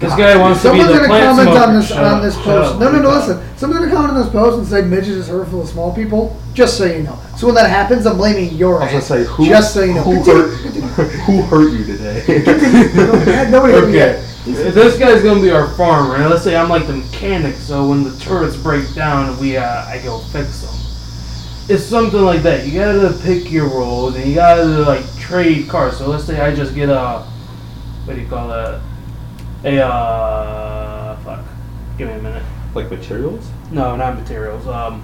this God, guy wants to be Someone's the gonna plant comment smoker. on this Shut on up, this shut post. up, no, no, no. shut up. Listen, someone's gonna comment on this post and say midget is hurtful to small people. Just so you know. So when that happens, I'm blaming your. I was gonna ass. say who Just so you know. who Continue, hurt continue. who hurt you today? Continue. No, nobody hurt me yet. If This guy's gonna be our farmer. and Let's say I'm like the mechanic, so when the turrets break down, we uh, I go fix them. It's something like that. You gotta pick your roles, and you gotta like trade cars. So let's say I just get a what do you call that? A uh, fuck. Give me a minute. Like materials? No, not materials. Um,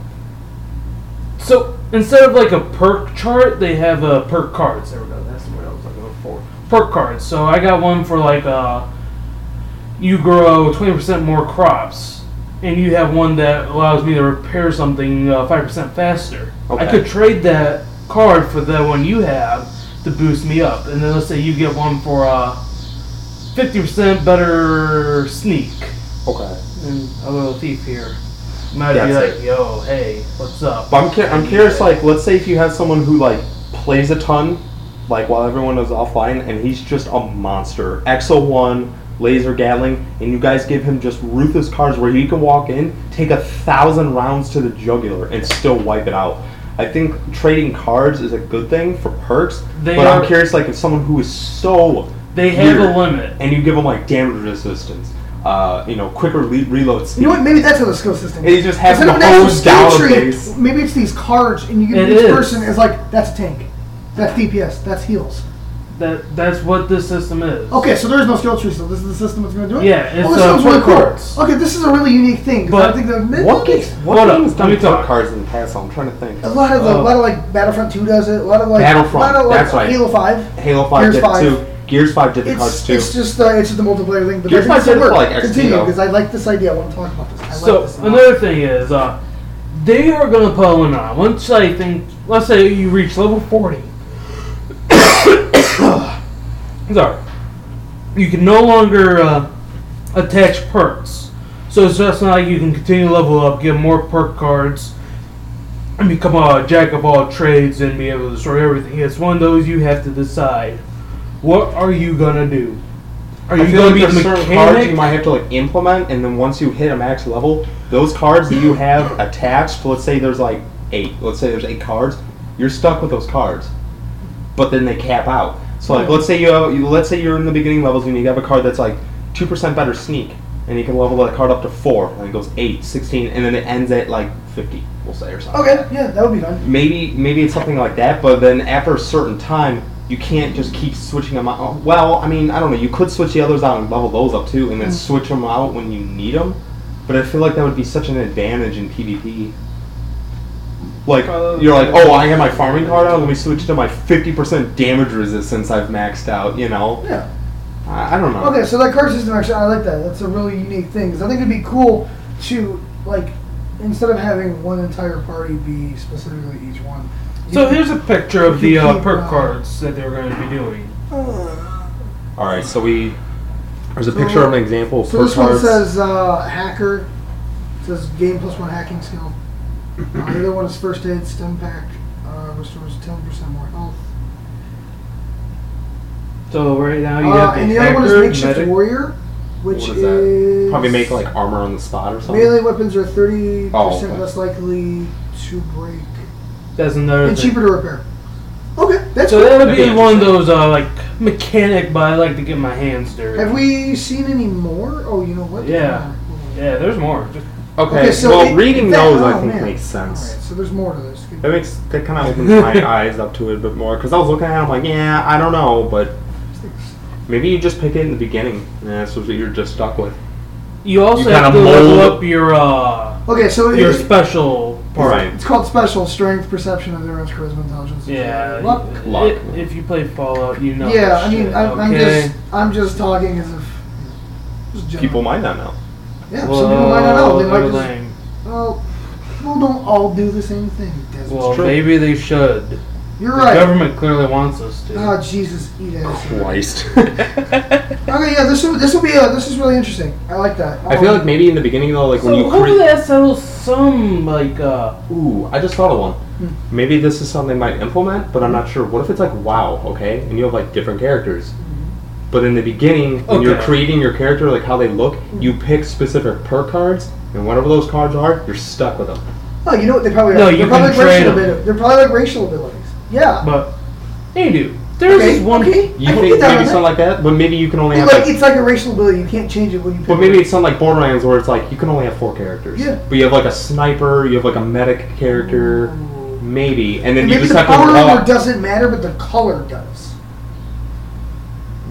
so instead of like a perk chart, they have uh, perk cards. There we go. That's the word I was looking for. Perk cards. So I got one for like uh, you grow twenty percent more crops, and you have one that allows me to repair something uh, five percent faster. I Okay. could trade that card for the one you have to boost me up, and then let's say you get one for uh, fifty percent better sneak Okay. and a little thief here might be That's like, "Yo, hey, what's up?" But I'm, cur- I'm curious, like, let's say if you have someone who, like, plays a ton, like, while everyone is offline, and he's just a monster. XO1, laser gatling, and you guys give him just ruthless cards where he can walk in, take a thousand rounds to the jugular, and still wipe it out. I think trading cards is a good thing for perks, They but are- I'm curious, like, if someone who is so They have weird, a limit. and you give them like damage resistance, uh, you know, quicker le- reload speed. You know what? Maybe that's how the skill system. It just has Instead of the an whole actual skill dollar tree, base. Maybe it's these cards, and you It can each is. person is like, that's a tank, that's DPS, that's heals. That that's what this system is. Okay, so there is no skill tree, so this is the system that's going to do it. Yeah, it's, well, this uh, sounds really perk cool. cards. Okay, this is a really unique thing. 'cause I But think that What games? What Hold up, games let done me perk talk. cards in the past? I'm trying to think. A lot of the, Uh, a lot of like Battlefront Two does it. A lot of like Battlefront, a lot of like that's right. Halo Five. Halo Five Gears did five. it too. Gears Five did the cards It's, too. it's just uh, it's just the multiplayer thing. But Gears that's five did it for, work. like, XP, Continue though. because I like this idea. I want to talk about this. I So like this. another thing is, uh, they are gonna put a limit on. Once I think, let's say you reach level forty. Sorry, you can no longer uh, attach perks. So it's just not like you can continue to level up, get more perk cards, and become a jack of all trades and be able to destroy everything. It's one of those you have to decide. What are you gonna do? Are I you feel gonna like be a there's certain cards you mechanic? might have to like implement, and then once you hit a max level, those cards that you have attached, let's say there's like eight, let's say there's eight cards, you're stuck with those cards. But then they cap out. So like, let's say you have, you- let's say you're in the beginning levels and you have a card that's like two percent better sneak, and you can level that card up to four, and it goes 8, 16, and then it ends at like fifty, we'll say or something. okay, yeah, that would be fun. maybe maybe it's something like that but then after a certain time you can't just keep switching them out well i mean i don't know you could switch the others out and level those up too and Mm. then switch them out when you need them but i feel like that would be such an advantage in pvp like Uh, you're like oh i have my farming card out let me switch to my 50% damage resistance i've maxed out you know Yeah. i, I don't know Okay, so that card system actually, I like that. That's a really unique thing. 'cause I think it'd be cool to like instead of having one entire party be specifically each one. you So could- here's a picture of the uh, perk Uh, cards that they're going to be doing. all right so we there's a picture of an example So for this one cards. says uh, hacker. It says game plus one hacking skill. Uh, the other one is first aid stem pack. Uh, restores ten percent more health. So right now you Uh, have the and the other one is hacker, makeshift medic. warrior, which What is, is that? probably make like armor on the spot or something melee weapons are thirty percent Oh, okay. less likely to break That's another and thing. cheaper to repair. Okay, that's So cool. that would That'd be be one of those uh, like mechanic, but I like to get my hands dirty. Have we seen any more? Oh, you know what? Yeah. Yeah, there's more. Just- Okay, Okay, so well, it- reading that- those oh, I think man. makes All right, sense. so there's more to this. That makes that kind of opens my eyes up to it a bit more because I was looking at it, I'm like, yeah, I don't know, but maybe you just pick it in the beginning, and that's what you're just stuck with. you also have kinda to level mold- up your uh, Okay, so it- your special part. Right. it's called special strength, perception, endurance, charisma, intelligence. Yeah. Luck. i- Luck. if you play Fallout, you know. yeah, that I mean, shit, I'm, I'm okay? just I'm just talking as if just general. People might not know. Yeah, some people might not know. They might Well, just well, people don't all do the same thing. Desmond. well, true. maybe they should. You're The right. government clearly wants us to. Oh Jesus, eat ass. Christ. Uh, Okay, yeah, this will this will be uh, this is really interesting. I like that. I feel Um, like maybe in the beginning though, like so when you hopefully create. that settles some like uh, Ooh, I just thought of one. Hmm. Maybe this is something they might implement, but I'm not sure. What if it's like WoW, okay, and you have like different characters. Hmm. But in the beginning, when you're Okay. creating your character, like how they look, Hmm. you pick specific perk cards, and whatever those cards are, you're stuck with them. Oh, you know what they probably are. No, they're you probably can like train racial them. abili- They're probably like racial abilities. Yeah. but they do. There's Okay, this one. okay. I You can think get down maybe with something that. like that, but maybe you can only have Like, like, it's like a racial ability. You can't change it when you pick but maybe it. it's something like Borderlands where it's like you can only have four characters. Yeah. But you have like a sniper, you have like a medic character, maybe, and then And you maybe just the have to power roll. armor doesn't matter, but the color does.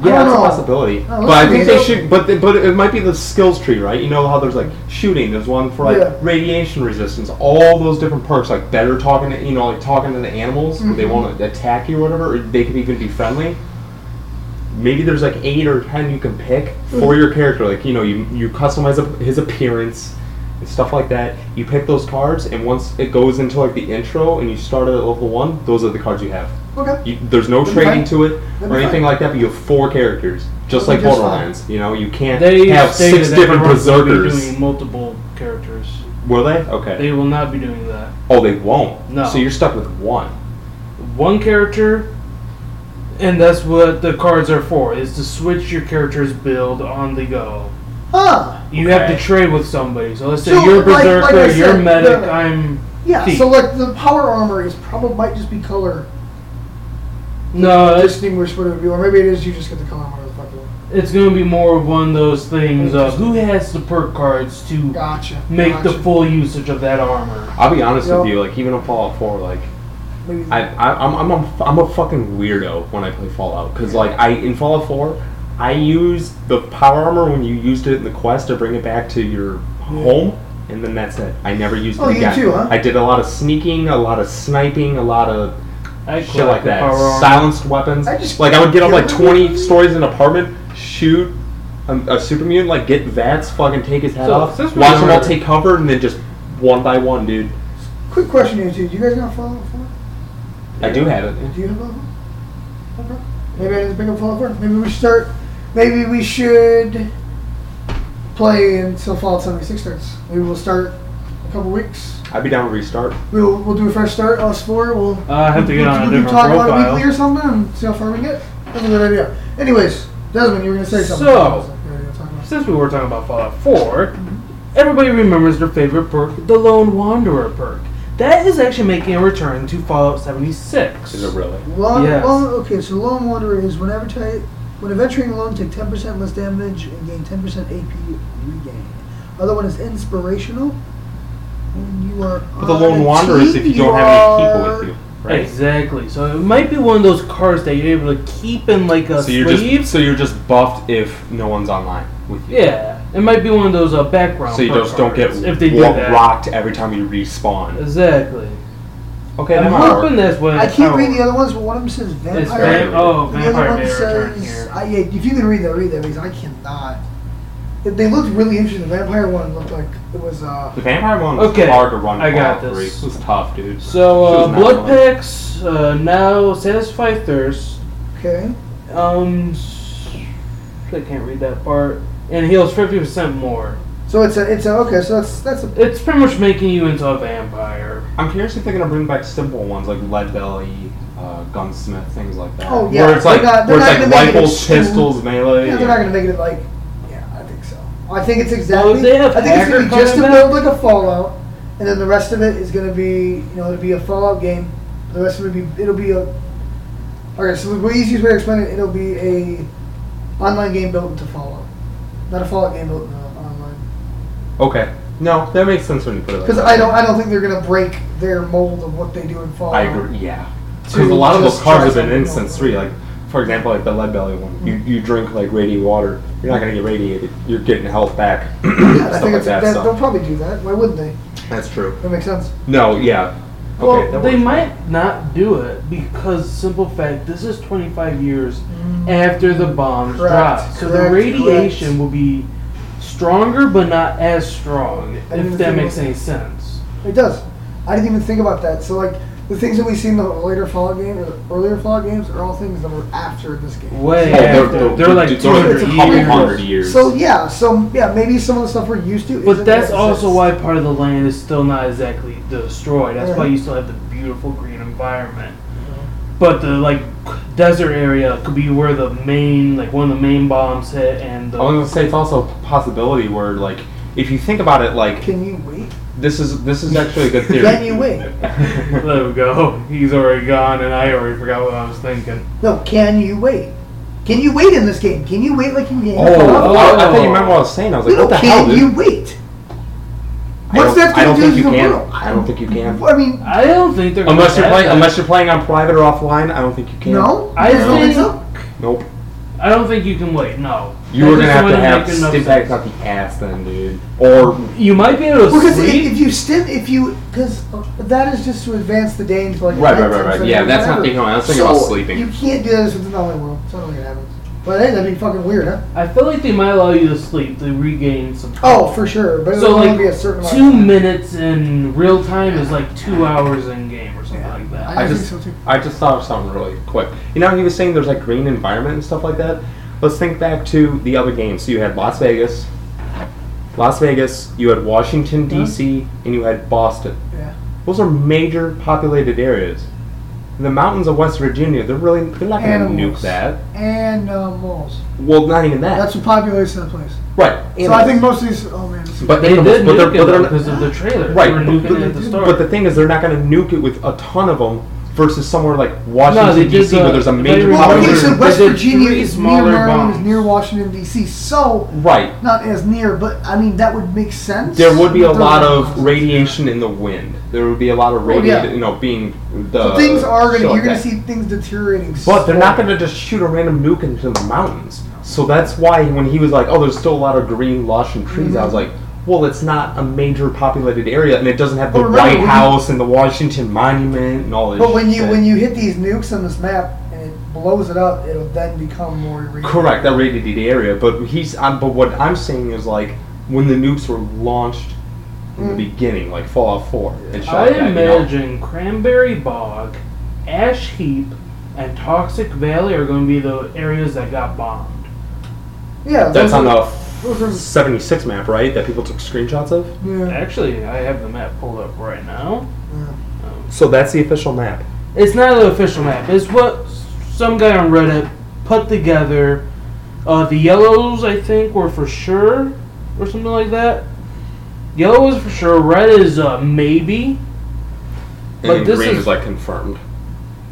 I Yeah, don't that's a know. possibility. I don't but I know. think they Maybe- should. But they, but it might be the skills tree, right? You know how there's like shooting. There's one for like Yeah. radiation resistance. All those different perks, like better talking to you know like talking to the animals. They won't attack you or whatever. Or they could even be friendly. Maybe there's like eight or ten you can pick for your character. Like you know you you customize up his appearance and stuff like that. You pick those cards, and once it goes into like the intro and you start at level one, those are the cards you have. Okay. You, there's no That'd be trading fine. to it That'd or be anything fine. like that, but you have four characters, just like That'd be just Borderlands. You know, you can't They have stated six that different they won't be berserkers. Doing multiple characters. Were they? Okay. They will not be doing that. oh, they won't. No. So you're stuck with one. One character, and that's what the cards are for: is to switch your character's build on the go. Huh. You have to Okay. trade with somebody. So let's say So, you're like- like I berserker, you're said, medic, the- I'm Yeah. Thief. So like the power armor is probably might just be color Uh, no. It's, distinguished what it would be, or maybe it is you just get the color armor. Fuck it. it's going to be more of one of those things of who has the perk cards to Gotcha. make gotcha. the full usage of that armor. I'll be honest with Yep. you. Like even on Fallout 4, like Maybe I, I I'm I'm a, I'm a fucking weirdo when I play Fallout because like I in Fallout 4, I used the power armor when you used it in the quest to bring it back to your home. And then that's it. I never used it Oh, you again. too, huh? I did a lot of sneaking, a lot of sniping, a lot of I shit like collect the that. power armor. Silenced weapons. I just- like I would get up like Yeah. 20 stories in an apartment, shoot a, a super mutant, like get Vats, fucking take his head So, off, since watch we them all were- take cover, and then just one by one, dude. Quick question here too. Do you guys got Fallout 4? I do have it. Do you have Fallout 4? Okay. Maybe I didn't pick up Fallout 4. Maybe we should start. Maybe we should play until Fallout 76 starts. Maybe we'll start a couple weeks. I'd be down to restart. We'll we'll do a fresh start. Us four. We'll. Uh, I have to get we'll, on a we'll different talk about it profile. weekly or something and see how far we can get. That's a good idea. Anyways, Desmond, you were gonna say something. So- Yeah, yeah, talk about it. Since we were talking about Fallout 4, everybody remembers their favorite perk, the Lone Wanderer perk. That is actually making a return to Fallout 76. Is it really? Long, Yes. long, okay, so Lone Wanderer is whenever ti- when adventuring alone, take 10% less damage and gain 10% AP regain. Other one is Inspirational. When you are But the on Lone a Wanderer is team, if you don't have any people are- with you, right? Exactly. So it might be one of those cards that you're able to keep in like a So you're sleeve. just so you're just buffed if no one's online with you. yeah, it might be one of those uh, background. So you perk just don't get cards, if they do wa- that. rocked every time you respawn. Exactly. Okay, I'm that might work. hoping that's what. I how can't it read the works. other ones, but one of them says Vampire. It's Vampire. vamp- oh, The other vampire one may return says, here. I, yeah, if you can read that, read that because I cannot. If They looked really interesting. The vampire one looked like it was. Uh, The vampire one was Okay, hard to run. I got Fallout 3. this. It was tough, dude. So She was uh, not blood alone. packs uh, now satisfy thirst. okay. Um, s- I can't read that part. And heals fifty percent more. So it's a, it's a okay. So that's that's a. It's pretty much making you into a vampire. I'm curious if they're gonna bring back simple ones like lead belly, uh, gunsmith, things like that. Oh, yeah, where it's like they're not- where it's they're not like gonna make it rifles, extreme. pistols, melee. Yeah, they're not gonna make it like. Yeah, I think so. I think it's exactly. they have I think it's gonna be hacker just to coming build like a Fallout, and then the rest of it is gonna be you know it'll be a Fallout game. The rest of it will be it'll be a. Okay, so the easiest way to explain it, it'll be a online game built into Fallout, not a Fallout game built into online. Okay, no, that makes sense when you put it. like Because that. I don't I don't think they're gonna break their mold of what they do in Fallout. I agree. Yeah, because a lot of those just cars try have been something in since else. three. Like, for example, like the lead belly one. You you drink like radiated water. You're not gonna get radiated. You're getting health back. Yeah, I stuff think like it's, that. that, they'll stuff. probably do that. Why wouldn't they? That's true. That makes sense. No, yeah. Okay, Well, that they works. might not do it because simple fact, this is 25 years after the bombs Mm. Correct, dropped, so the correct, radiation correct. will be stronger, but not as strong. I didn't If that think makes about any sense. It does. I didn't even think about that. So like the things that we see in the later Fallout game or the earlier Fallout games are all things that were after this game. Way Oh, they're, after. they're- They're like dude, 200 they're a couple years. hundred years. So yeah, so yeah, maybe some of the stuff we're used to. But isn't that's what it also says. why part of the land is still not exactly destroyed. That's why Right. you still have the beautiful green environment. Mm-hmm. But the like desert area could be where the main like one of the main bombs hit and the Oh. I was gonna say it's also a possibility where like if you think about it, like Can you wait? This is this is actually a good theory. Then you win. There we go. He's already gone, and I already forgot what I was thinking. No, can you wait? Can you wait in this game? Can you wait like you can? Oh, I, I thought you remember what I was saying. I was like, no, what the can hell, dude? you wait? I What's don't- that I going don't to do think to you the can. world? I don't think you can. I mean, I don't think they're Unless you're gonna have playing, that. unless you're playing on private or offline, I don't think you can. no. I You don't think- think so. Nope. I don't think you can wait. No, You That were gonna just have to wouldn't have make enough stim sense. packs out the ass then, dude. Or You might be able to Because if, sleep. if you stim, if you, because that is just to advance the day into like. Right, right, nighttime right, right. setting Yeah, or that's not whatever. thinking about- I was thinking about So, sleeping. You can't do this with the Valley World. It's not really gonna happen. But hey, that'd be fucking weird, huh? I feel like they might allow you to sleep to regain some. Oh, for sure. But it so would like only be a certain amount. two minutes in real time is like two hours in game or something Yeah. like that. I I think just so, too. I just thought of something really quick. You know, how he was saying there's like green environment and stuff like that. Let's think back to the other games. So you had Las Vegas, Las Vegas. You had Washington Uh-huh. D.C. and you had Boston. Yeah. Those are major populated areas. The mountains of West Virginia. They're really they're not going to nuke Animals. that. Animals. Well, not even that. uh, That's what populates that place. right. So I animals. think most of these. Oh man. This is But They animals, did but they're, nuke but it they're though, not- because of the trailer. Right, they were but, nuking but- it at the start. but the thing is, they're not going to nuke it with a ton of them versus somewhere like Washington they did D.C. the- where there's a they major were- Well, Probably okay, so they West did Virginia three is near smaller Maryland, is bombs. near Washington D.C. So right. not as near, but I mean that would make sense. There would be a But those lot are of bombs. radiation in the wind. There would be a lot of Oh, yeah. radiation, you know, being the So things are gonna. shit like You're gonna that. see things deteriorating. But they're not slowly. going to just shoot a random nuke into the mountains. So that's why when he was like, "Oh, there's still a lot of green, lush, and trees," Mm-hmm. I was like, "Well, it's not a major populated area, and it doesn't have the But remember, White when you- House and the Washington Monument and all this." But when you shit. when you hit these nukes on this map and it blows it up, it'll then become more radiant. Correct, that rated the area, but he's. Um, but what I'm saying is like when the nukes were launched in Mm. the beginning, like Fallout 4 and shit I like that, you know? imagine Cranberry Bog, Ash Heap, and Toxic Valley are going to be the areas that got bombed. Yeah, That's those on are- the those are- 76 map, right? That people took screenshots of. Yeah. Actually, I have the map pulled up right now. So that's the official map. It's not the official map. It's what some guy on Reddit put together. Uh, the yellows, I think, were for sure, or something like that. Yellow is for sure. Red is uh, maybe. And But then this green is- is, like confirmed.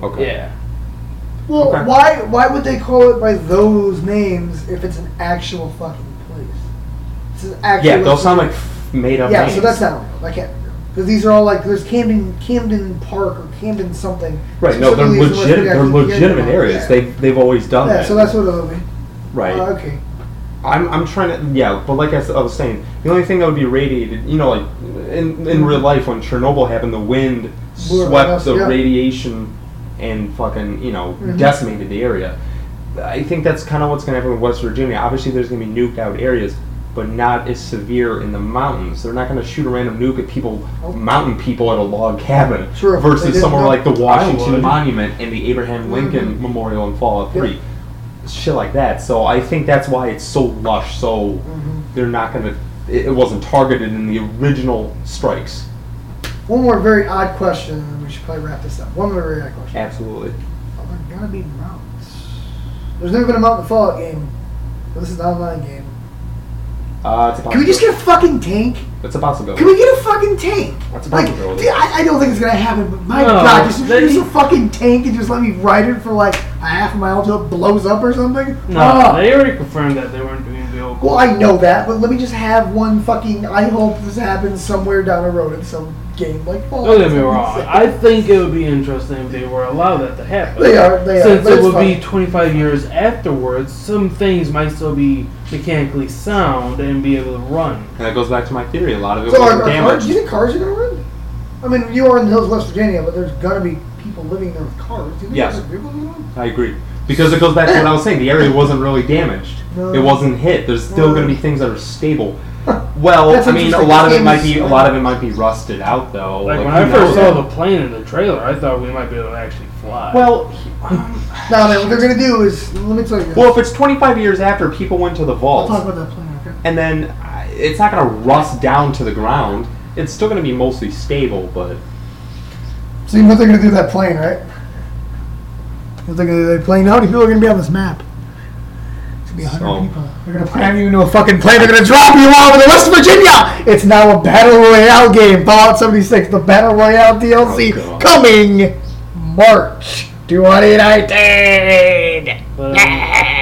Okay. Yeah. Well, Okay. why why would they call it by those names if it's an actual fucking place? This is actually Yeah, those sound like made up. yeah. names. So that's not real. I can't because these are all like there's Camden Camden Park or Camden something. right. No, they're Specifically, it's the legit. They're West Virginia legitimate Camden areas. Park. They they've always done Yeah, that. so that's what it'll be. right. Uh, okay. I'm, I'm trying to yeah, but like I, s- I was saying, the only thing that would be radiated, you know, like in in real life when Chernobyl happened, the wind Blew it swept up, the yeah. radiation and fucking you know Mhm. decimated the area. I think that's kind of what's gonna happen with West Virginia. Obviously, there's gonna be nuked out areas, but not as severe in the mountains. They're not gonna shoot a random nuke at people, Nope. mountain people at a log cabin, True. They versus didn't somewhere know. like the Washington would. Monument and the Abraham Lincoln Mm-hmm. Memorial in Fallout Three shit like that. So I think that's why it's so lush. So Mm-hmm. they're not gonna. It, it wasn't targeted in the original strikes. One more very odd question, and we should probably wrap this up. One more very odd question. Absolutely. Are there gonna be mountains? There's never been a mountain Fallout game. But this is an online game. Uh, it's a Can we just get possibility. a fucking tank? It's a possibility. Can we get a fucking tank? That's a like, possibility. dude, I, I don't think it's gonna happen. But my No, god, just they- introduce a fucking tank and just let me ride it for like a half mile till it blows up or something. No, Ah. they already confirmed that they weren't doing vehicle. well, I know that, but let me just have one fucking. I hope this happens somewhere down the road in some game like Fallout. Don't get me wrong. 76. I think it would be interesting if they were allowed that to happen. They are- they are, Since but it it's would be fine. 25 years afterwards, some things might still be mechanically sound and be able to run. and that goes back to my theory. A lot of it So was are, are cars, damaged. do you think cars are gonna run? I mean, you are in the hills of West Virginia, but there's gonna be people living there with cars. Do you think Yes. other people will run? I agree. Because it goes back to what I was saying. The area wasn't really damaged. No. It wasn't hit. There's still No. going to be things that are stable. Well, That's I mean, a interesting. lot of it Games- might be a lot of it might be rusted out though. Like, when who I first saw knows? the plane in the trailer, I thought we might be able to actually fly. Well, he- No, man. What they're gonna do is let me tell you. well, if it's 25 years after people went to the I'll vault, talk about that plane. Okay. and then uh, it's not going to rust down to the ground. It's still going to be mostly stable, but So you know what they're gonna do to that plane, right? What they're gonna do to that plane? How many people are gonna be on this map? It's gonna be 100 So- people. They're gonna cram you into a fucking plane. They're gonna drop you all over the West Virginia. It's now a battle royale game. Fallout 76, the battle royale DLC Oh, God. coming March 2019. But, um,